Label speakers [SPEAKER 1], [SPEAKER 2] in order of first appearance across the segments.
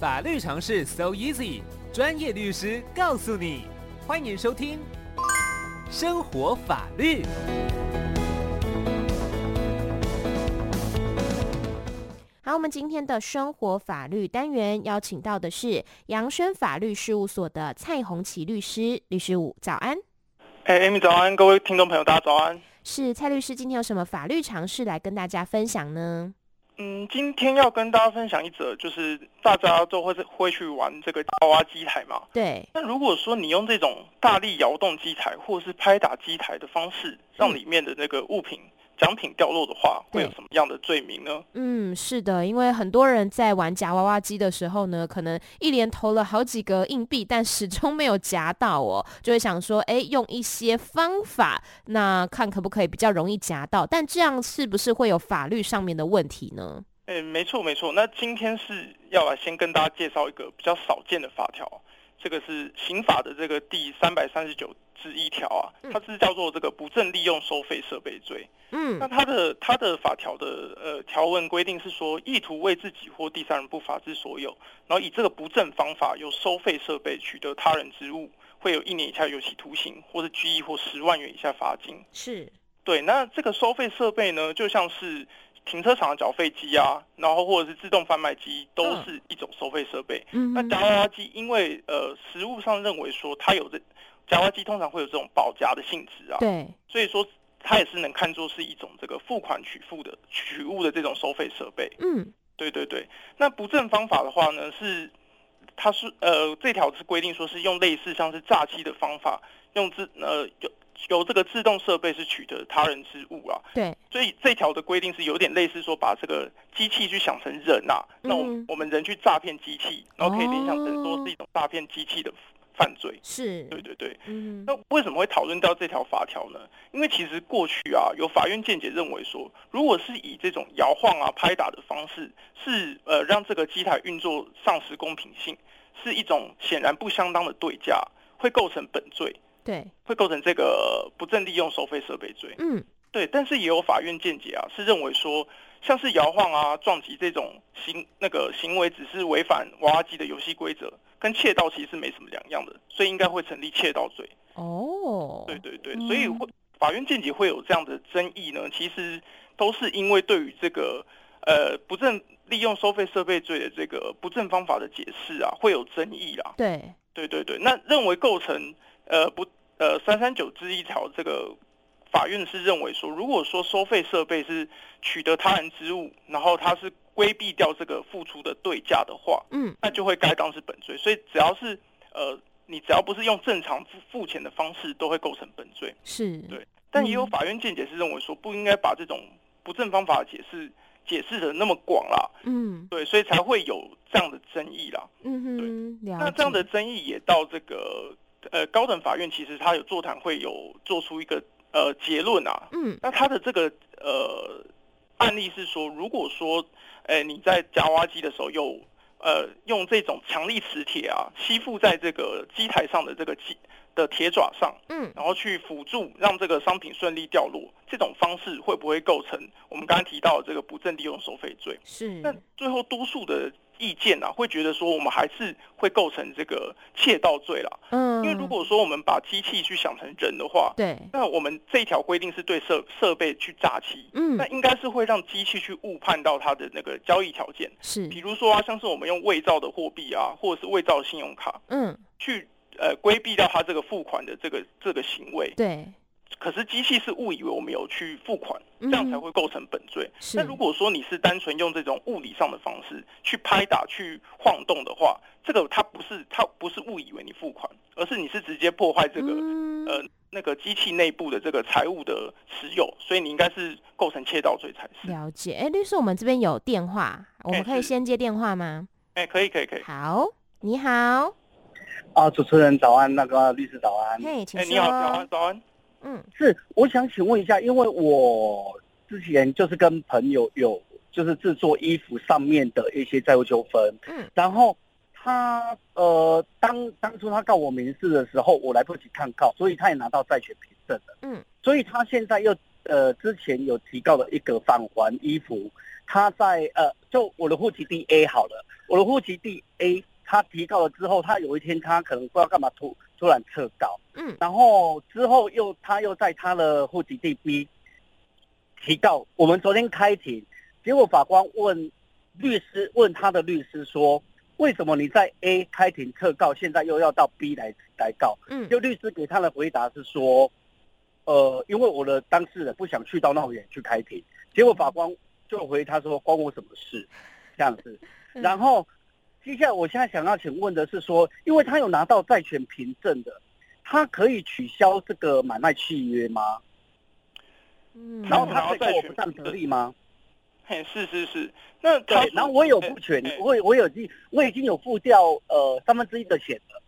[SPEAKER 1] 法律常识 so easy，专业律师告诉你。欢迎收听《生活法律》。
[SPEAKER 2] 好，我们今天的生活法律单元邀请到的是扬生法律事务所的蔡红旗律师，律师午早安。
[SPEAKER 3] 哎、a m y 早安，各位听众朋友，大家早安。
[SPEAKER 2] 是蔡律师，今天有什么法律常识来跟大家分享呢？
[SPEAKER 3] 嗯，今天要跟大家分享一则，就是大家都会会去玩这个娃娃机台嘛。
[SPEAKER 2] 对，
[SPEAKER 3] 那如果说你用这种大力摇动机台或者是拍打机台的方式，让里面的那个物品奖品掉落的话，
[SPEAKER 2] 对
[SPEAKER 3] 会有什么样的罪名呢？
[SPEAKER 2] 嗯，是的，因为很多人在玩夹娃娃机的时候呢，可能一连投了好几个硬币，但始终没有夹到哦，就会想说，哎，用一些方法，那看可不可以比较容易夹到，但这样是不是会有法律上面的问题呢？
[SPEAKER 3] 哎，没错没错。那今天是要来先跟大家介绍一个比较少见的法条，这个是刑法的这个第三百三十九之一条啊，它是叫做这个不正利用收费设备罪。
[SPEAKER 2] 嗯
[SPEAKER 3] 那，它的它的法条的呃条文规定是说，意图为自己或第三人不法之所有，然后以这个不正方法由收费设备取得他人之物，会有一年以下有期徒刑，或是拘役或十万元以下罚金。
[SPEAKER 2] 是，
[SPEAKER 3] 对，那这个收费设备呢，就像是停车场的缴费机啊，然后或者是自动贩卖机，都
[SPEAKER 2] 嗯
[SPEAKER 3] 是一种收费设备。
[SPEAKER 2] 嗯
[SPEAKER 3] 那
[SPEAKER 2] 哼，
[SPEAKER 3] 夹娃娃机，因为呃实物上认为说它有这夹娃娃机通常会有这种保夹的性质啊，
[SPEAKER 2] 对，
[SPEAKER 3] 所以说它也是能看作是一种这个付款取付的取物的这种收费设备。
[SPEAKER 2] 嗯，
[SPEAKER 3] 对对对，那不正方法的话呢，是它是呃这条是规定说是用类似像是诈欺的方法，用自呃由由这个自动设备是取得他人之物啊，
[SPEAKER 2] 对，
[SPEAKER 3] 所以这条的规定是有点类似说把这个机器去想成人啊，那我
[SPEAKER 2] 嗯
[SPEAKER 3] 我们人去诈骗机器，然后可以联想成说是一种诈骗机器的犯罪。
[SPEAKER 2] 是，
[SPEAKER 3] 对对对，
[SPEAKER 2] 嗯哼，
[SPEAKER 3] 那为什么会讨论到这条法条呢？因为其实过去啊，有法院见解认为说，如果是以这种摇晃啊、拍打的方式，是呃让这个机台运作丧失公平性，是一种显然不相当的对价，会构成本罪，
[SPEAKER 2] 对，
[SPEAKER 3] 会构成这个不正利用收费设备罪。
[SPEAKER 2] 嗯，
[SPEAKER 3] 对，但是也有法院见解啊，是认为说，像是摇晃啊、撞击这种行那个行为，只是违反娃娃机的游戏规则，跟窃盗其实没什么两样的，所以应该会成立窃盗罪。
[SPEAKER 2] 哦，
[SPEAKER 3] 对对对，
[SPEAKER 2] 嗯
[SPEAKER 3] 所以会法院见解会有这样的争议呢，其实都是因为对于这个呃不正利用收费设备罪的这个不正方法的解释啊，会有争议啦。
[SPEAKER 2] 对，
[SPEAKER 3] 对对对，那认为构成呃不呃三三九之一条这个。法院是认为说，如果说收费设备是取得他人之物，然后他是规避掉这个付出的对价的话，
[SPEAKER 2] 嗯，
[SPEAKER 3] 那就会该当是本罪。所以只要是呃，你只要不是用正常付付钱的方式，都会构成本罪。
[SPEAKER 2] 是，
[SPEAKER 3] 对但也有
[SPEAKER 2] 嗯
[SPEAKER 3] 法院见解是认为说，不应该把这种不正方法解释解释的那么广啦，
[SPEAKER 2] 嗯
[SPEAKER 3] 对，所以才会有这样的争议啦。
[SPEAKER 2] 嗯哼，了解，
[SPEAKER 3] 那这样的争议也到这个呃高等法院，其实他有座谈会有做出一个呃结论啊。
[SPEAKER 2] 嗯，
[SPEAKER 3] 那他的这个呃案例是说，如果说呃你在夹娃娃机的时候有呃用这种强力磁铁啊吸附在这个机台上的这个机的铁爪上，
[SPEAKER 2] 嗯
[SPEAKER 3] 然后去辅助让这个商品顺利掉落，这种方式会不会构成我们刚才提到的这个不正利用收费罪？
[SPEAKER 2] 是，
[SPEAKER 3] 那最后多数的意见啊，会觉得说我们还是会构成这个窃盗罪啦，
[SPEAKER 2] 嗯，
[SPEAKER 3] 因为如果说我们把机器去想成人的话，
[SPEAKER 2] 对，
[SPEAKER 3] 那我们这条规定是对设设备去诈欺。
[SPEAKER 2] 嗯
[SPEAKER 3] 那，应该是会让机器去误判到它的那个交易条件，
[SPEAKER 2] 是
[SPEAKER 3] 比，如说啊，像是我们用伪造的货币啊，或者是伪造信用卡
[SPEAKER 2] 嗯，
[SPEAKER 3] 去呃规避掉它这个付款的这个这个行为。
[SPEAKER 2] 对，
[SPEAKER 3] 可是机器是误以为我们有去付款，
[SPEAKER 2] 这
[SPEAKER 3] 这样才会构成本罪。
[SPEAKER 2] 嗯是。
[SPEAKER 3] 那如果说你是单纯用这种物理上的方式去拍打、去晃动的话，这个它不是它不是误以为你付款，而是你是直接破坏这个、
[SPEAKER 2] 嗯
[SPEAKER 3] 呃那个机器内部的这个财务的持有，所以你应该是构成窃盗罪才是。
[SPEAKER 2] 了解，哎，律师，我们这边有电话，我们
[SPEAKER 3] 哎
[SPEAKER 2] 可以
[SPEAKER 3] 是
[SPEAKER 2] 先接电话吗？
[SPEAKER 3] 哎、可以可以可以。
[SPEAKER 2] 好，你
[SPEAKER 3] 嗯
[SPEAKER 2] 好，
[SPEAKER 4] 啊，主持人早安，那个律师早安。
[SPEAKER 2] 嘿，请
[SPEAKER 3] 哎、
[SPEAKER 2] 说。
[SPEAKER 3] 你好，早安早安。
[SPEAKER 2] 嗯，
[SPEAKER 4] 是，我想请问一下，因为我之前就是跟朋友有就是制作衣服上面的一些债务纠纷，
[SPEAKER 2] 嗯，
[SPEAKER 4] 然后他呃当当初他告我民事的时候，我来不及抗告，所以他也拿到债权凭证了。
[SPEAKER 2] 嗯，
[SPEAKER 4] 所以他现在又呃之前有提告了一个返还衣服它在呃，就我的户籍地 A 好了，我的户籍地 A 它提高了之后，它有一天它可能不知道干嘛突突然撤高，
[SPEAKER 2] 嗯
[SPEAKER 4] 然后之后又它又在它的户籍地 B 提告。我们昨天开庭，结果法官问律师问他的律师说，为什么你在 A 开庭撤告，现在又要到 B 来来告？
[SPEAKER 2] 嗯
[SPEAKER 4] 就律师给他的回答是说，呃，因为我的当事人不想去到那么远去开庭，结果法官就回他说关我什么事，这样子。
[SPEAKER 2] 嗯
[SPEAKER 4] 然后接下来我现在想要请问的是说，因为他有拿到债权凭证的，他可以取消这个买卖契约吗？
[SPEAKER 2] 嗯
[SPEAKER 4] 然后
[SPEAKER 3] 拿到
[SPEAKER 4] 他
[SPEAKER 3] 债
[SPEAKER 4] 对我
[SPEAKER 3] 权
[SPEAKER 4] 不当得利吗？
[SPEAKER 3] 嘿，是是是，那他
[SPEAKER 4] 对，然后我有付权
[SPEAKER 3] 哎哎，
[SPEAKER 4] 我我有已经我已经有付掉呃三分之一的钱了。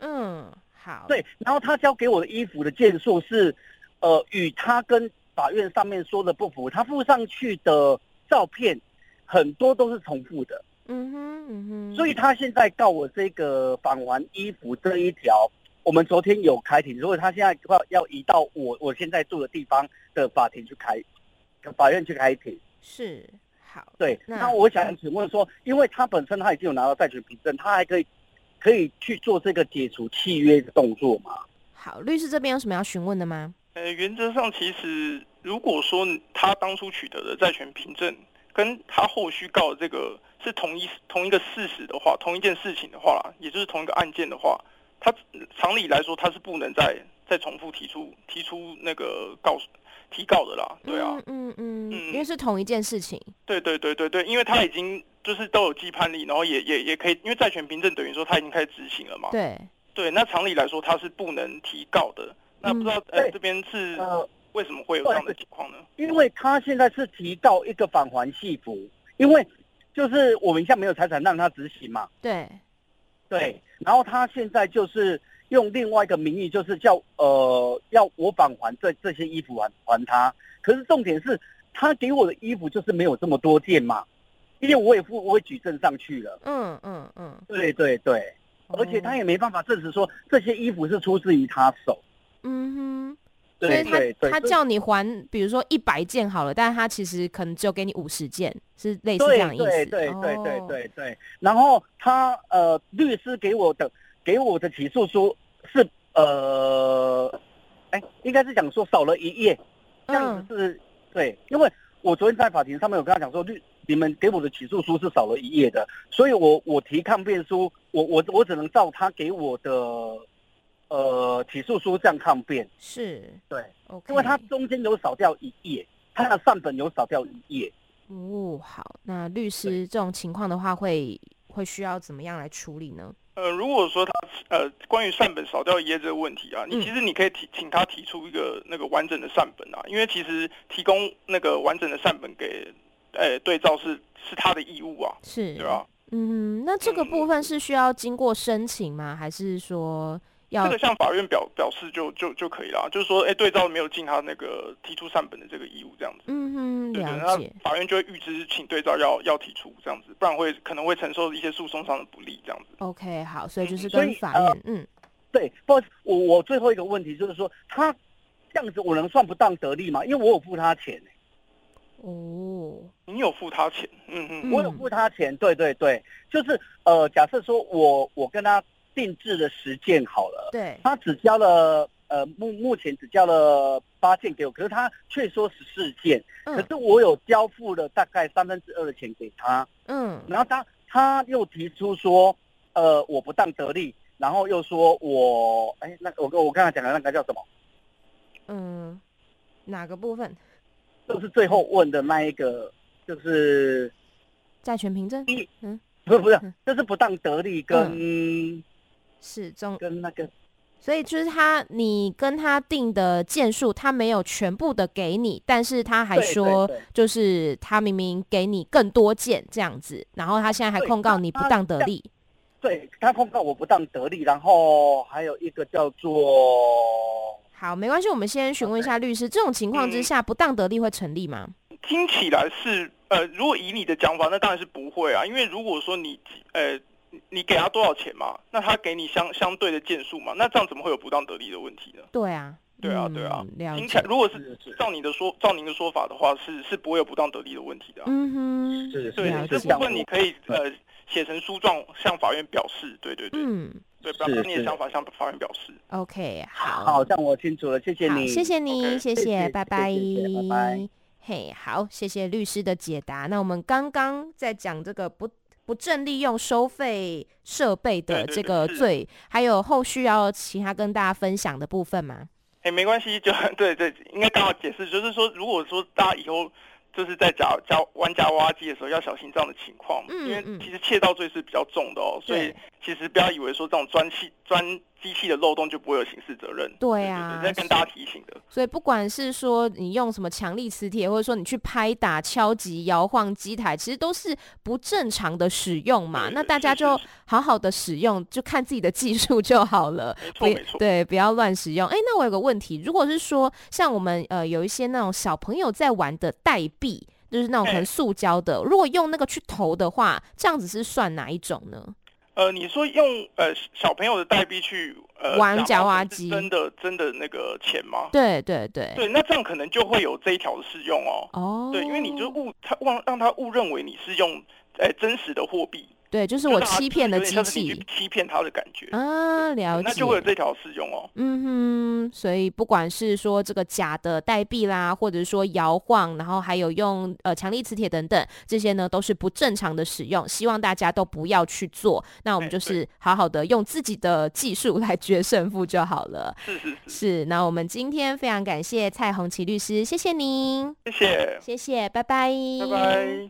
[SPEAKER 2] 嗯好
[SPEAKER 4] 对，然后他交给我的衣服的件数是，呃，与他跟法院上面说的不符，他附上去的照片很多都是重复的，
[SPEAKER 2] 嗯哼嗯哼，
[SPEAKER 4] 所以他现在告我这个返还衣服这一条，我们昨天有开庭，如果他现在要要移到我我现在住的地方的法庭去开，法院去开庭。
[SPEAKER 2] 是好
[SPEAKER 4] 对，
[SPEAKER 2] 那
[SPEAKER 4] 那我想请问说，因为他本身他已经有拿到债权凭证，他还可以可以去做这个解除契约的动作吗？
[SPEAKER 2] 好，律师这边有什么要询问的吗？
[SPEAKER 3] 呃，原则上其实如果说他当初取得的债权凭证跟他后续告的这个是同一同一个事实的话，同一件事情的话啦，也就是同一个案件的话，他常理来说他是不能再再重复提出提出那个告提告的啦，对啊，
[SPEAKER 2] 嗯嗯嗯，
[SPEAKER 3] 嗯
[SPEAKER 2] 因为是同一件事情，
[SPEAKER 3] 对对对对对，因为他已经就是都有既判例，然后也也也可以，因为债权凭证等于说他已经开始执行了嘛，
[SPEAKER 4] 哦
[SPEAKER 2] 对，
[SPEAKER 3] 对，那常理来说他是不能提告的，那不知道呃
[SPEAKER 4] 对
[SPEAKER 3] 这边是
[SPEAKER 4] 呃，
[SPEAKER 3] 为什么会有这样的情况呢？
[SPEAKER 4] 因为他现在是提到一个返还系服，因为就是我们现在没有财产让他执行嘛，
[SPEAKER 2] 对，
[SPEAKER 4] 对，然后他现在就是用另外一个名义，就是叫呃要我返还这这些衣服还还他，可是重点是他给我的衣服就是没有这么多件嘛，因为我也付我也举证上去了，
[SPEAKER 2] 嗯嗯嗯，哦
[SPEAKER 4] 对对对，而且他
[SPEAKER 2] 也
[SPEAKER 4] 也没办法证实说这些衣服是出自于他手，
[SPEAKER 2] 嗯哼，哦所
[SPEAKER 4] 对
[SPEAKER 2] 以
[SPEAKER 4] 对
[SPEAKER 2] 他
[SPEAKER 4] 对，
[SPEAKER 2] 他
[SPEAKER 4] 所以
[SPEAKER 2] 叫你还，比如说一百件好了，但是他其实可能只有给你五十件，是类似这
[SPEAKER 4] 对
[SPEAKER 2] 样的意思。
[SPEAKER 4] 对对对对
[SPEAKER 2] 哦，
[SPEAKER 4] 对对。然后他呃，律师给我的给我的起诉书是呃，哎，应该是讲说少了一页，这样
[SPEAKER 2] 嗯
[SPEAKER 4] 子是、对，因为我昨天在法庭上面有跟他讲说，律你们给我的起诉书是少了一页的，所以我我提抗辩书，我我我只能照他给我的呃起诉书这样抗辩，
[SPEAKER 2] 是
[SPEAKER 4] 对，
[SPEAKER 2] OK，
[SPEAKER 4] 因为他中间有少掉一页，他的善本有少掉一页。
[SPEAKER 2] 哦好，那律师这种情况的话会会需要怎么样来处理呢？
[SPEAKER 3] 呃，如果说他呃关于善本少掉一页这个问题啊，
[SPEAKER 2] 嗯
[SPEAKER 3] 你其实你可以提请他提出一个那个完整的善本啊，因为其实提供那个完整的善本给呃对照是是他的义务啊，
[SPEAKER 2] 是
[SPEAKER 3] 对吧？
[SPEAKER 2] 嗯，那这个部分是需要经过申请吗？还是说要
[SPEAKER 3] 这个向法院表表示就就就可以了，就是说哎对照没有尽他那个提出善本的这个义务这样子。
[SPEAKER 2] 嗯哼
[SPEAKER 3] 对对，
[SPEAKER 2] 了
[SPEAKER 3] 那
[SPEAKER 2] 解？
[SPEAKER 3] 法院就会预知，请对照要要提出这样子，不然会可能会承受一些诉讼上的不利这样子。
[SPEAKER 2] OK，好，所以就是
[SPEAKER 4] 所
[SPEAKER 2] 跟
[SPEAKER 4] 以
[SPEAKER 2] 法
[SPEAKER 4] 呃
[SPEAKER 2] 院，嗯，
[SPEAKER 4] 对，不好意思，我我最后一个问题就是说，他这样子我能算不当得利吗？因为我有付他钱、欸
[SPEAKER 2] 哦，
[SPEAKER 3] 你有付他钱，嗯嗯，
[SPEAKER 4] 我有付他钱，对对对，就是呃，假设说我我跟他定制了十件好了，
[SPEAKER 2] 对，
[SPEAKER 4] 他只交了呃目目前只交了八件给我，可是他却说十四件，可
[SPEAKER 2] 嗯
[SPEAKER 4] 是我有交付了大概三分之二的钱给他，
[SPEAKER 2] 嗯
[SPEAKER 4] 然后他他又提出说，呃，我不当得利，然后又说我哎，那我跟我刚才讲的那个叫什么？
[SPEAKER 2] 嗯，哪个部分？
[SPEAKER 4] 就是最后问的那一个，就是
[SPEAKER 2] 债权凭证
[SPEAKER 4] 不是不
[SPEAKER 2] 嗯
[SPEAKER 4] 是，就是不当得利跟、
[SPEAKER 2] 是中，
[SPEAKER 4] 跟那个
[SPEAKER 2] 所以就是他，你跟他定的件数，他没有全部的给你，但是他还
[SPEAKER 4] 对对
[SPEAKER 2] 说
[SPEAKER 4] 对，
[SPEAKER 2] 就是他明明给你更多件这样子，然后他现在还
[SPEAKER 4] 对
[SPEAKER 2] 控告
[SPEAKER 4] 他
[SPEAKER 2] 你不
[SPEAKER 4] 他
[SPEAKER 2] 当得
[SPEAKER 4] 这样
[SPEAKER 2] 利，
[SPEAKER 4] 对他控告我不当得利，然后还有一个叫做
[SPEAKER 2] 好，没关系，我们先询问一下律师，这种情况之
[SPEAKER 3] 嗯
[SPEAKER 2] 下，不当得利会成立吗？
[SPEAKER 3] 听起来是呃，如果以你的讲法，那当然是不会啊，因为如果说你呃你你给他多少钱嘛，那他给你相相对的件数嘛，那这样怎么会有不当得利的问题呢？
[SPEAKER 2] 对啊，
[SPEAKER 3] 对啊，对啊
[SPEAKER 2] 嗯，了
[SPEAKER 3] 听起来
[SPEAKER 2] 解。
[SPEAKER 3] 如果是
[SPEAKER 4] 是是
[SPEAKER 3] 照你的说，照您的说法的话，是是不会有不当得利的问题的啊、
[SPEAKER 2] 嗯哼，
[SPEAKER 4] 是
[SPEAKER 3] 对
[SPEAKER 2] 了，
[SPEAKER 3] 这
[SPEAKER 2] 解
[SPEAKER 3] 部分你可以呃写成诉状向法院表示，对对对，
[SPEAKER 2] 嗯
[SPEAKER 3] 对，把把你的
[SPEAKER 4] 是
[SPEAKER 3] 想法向法院表示。
[SPEAKER 2] ，OK，好，
[SPEAKER 4] 好，这样我清楚了，谢谢
[SPEAKER 2] 好，
[SPEAKER 4] 你，
[SPEAKER 2] 谢谢你，
[SPEAKER 3] OK，
[SPEAKER 2] 谢
[SPEAKER 4] 谢
[SPEAKER 2] 谢，
[SPEAKER 4] 谢
[SPEAKER 2] 拜
[SPEAKER 4] 谢谢谢谢拜拜。
[SPEAKER 2] 嘿，好，谢谢律师的解答。那我们刚刚在讲这个不不正利用收费设备的
[SPEAKER 3] 对对
[SPEAKER 2] 这
[SPEAKER 3] 对
[SPEAKER 2] 个
[SPEAKER 3] 是
[SPEAKER 2] 罪，还有后续要其他跟大家分享的部分吗？
[SPEAKER 3] 哎，没关系，就 对对，应该刚好解释，就是说，如果说大家以后就是在夹夹玩夹娃娃机的时候，要小心这样的情况，
[SPEAKER 2] 嗯
[SPEAKER 3] 因为
[SPEAKER 2] 嗯
[SPEAKER 3] 其实窃盗罪是比较重的哦，所以
[SPEAKER 2] 对
[SPEAKER 3] 其实不要以为说这种专器专机器的漏洞就不会有刑事责任。
[SPEAKER 2] 对啊
[SPEAKER 3] 对在跟大家提醒的。
[SPEAKER 2] 所以不管是说你用什么强力磁铁，或者说你去拍打、敲击、摇晃机台，其实都是不正常的使用嘛。
[SPEAKER 3] 对
[SPEAKER 2] 那
[SPEAKER 3] 是
[SPEAKER 2] 大家
[SPEAKER 3] 是
[SPEAKER 2] 就是好好的使用，就看自己的技术就好了。
[SPEAKER 3] 没错
[SPEAKER 2] 不
[SPEAKER 3] 没，错
[SPEAKER 2] 对，不要乱使用。哎，那我有个问题，如果是说像我们呃有一些那种小朋友在玩的代币，就是那种可能
[SPEAKER 3] 哎
[SPEAKER 2] 塑胶的，如果用那个去投的话，这样子是算哪一种呢？
[SPEAKER 3] 呃，你说用呃小朋友的代币去呃
[SPEAKER 2] 玩
[SPEAKER 3] 夹
[SPEAKER 2] 夹娃
[SPEAKER 3] 娃
[SPEAKER 2] 机
[SPEAKER 3] 是真的真的那个钱吗？
[SPEAKER 2] 对对对，
[SPEAKER 3] 对，那这样可能就会有这一条的适用哦。
[SPEAKER 2] 哦，
[SPEAKER 3] 对，因为你就误他忘让他误认为你是用呃真实的货币，
[SPEAKER 2] 对，就是
[SPEAKER 3] 就
[SPEAKER 2] 我
[SPEAKER 3] 让他
[SPEAKER 2] 欺骗
[SPEAKER 3] 有
[SPEAKER 2] 的
[SPEAKER 3] 点
[SPEAKER 2] 机
[SPEAKER 3] 像是你去
[SPEAKER 2] 器
[SPEAKER 3] 欺骗他的感觉，
[SPEAKER 2] 啊，了解，
[SPEAKER 3] 那就会有这条适用哦。
[SPEAKER 2] 嗯哼，所以不管是说这个假的代币啦，或者是说摇晃，然后还有用呃强力磁铁等等，这些呢都是不正常的使用，希望大家都不要去做。那我们
[SPEAKER 3] 哎
[SPEAKER 2] 就
[SPEAKER 3] 对
[SPEAKER 2] 是好好的用自己的技术来决胜负就好了。
[SPEAKER 3] 是是是，
[SPEAKER 2] 是，那我们今天非常感谢蔡红旗律师，谢谢您，
[SPEAKER 3] 谢谢，
[SPEAKER 2] 谢谢，拜拜，
[SPEAKER 3] 拜拜。